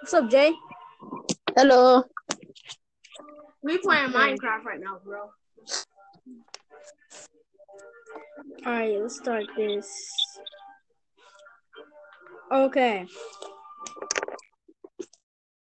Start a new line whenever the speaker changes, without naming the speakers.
What's up, Jay?
Hello.
We playing Minecraft right now, bro.
All right, let's start this. Okay.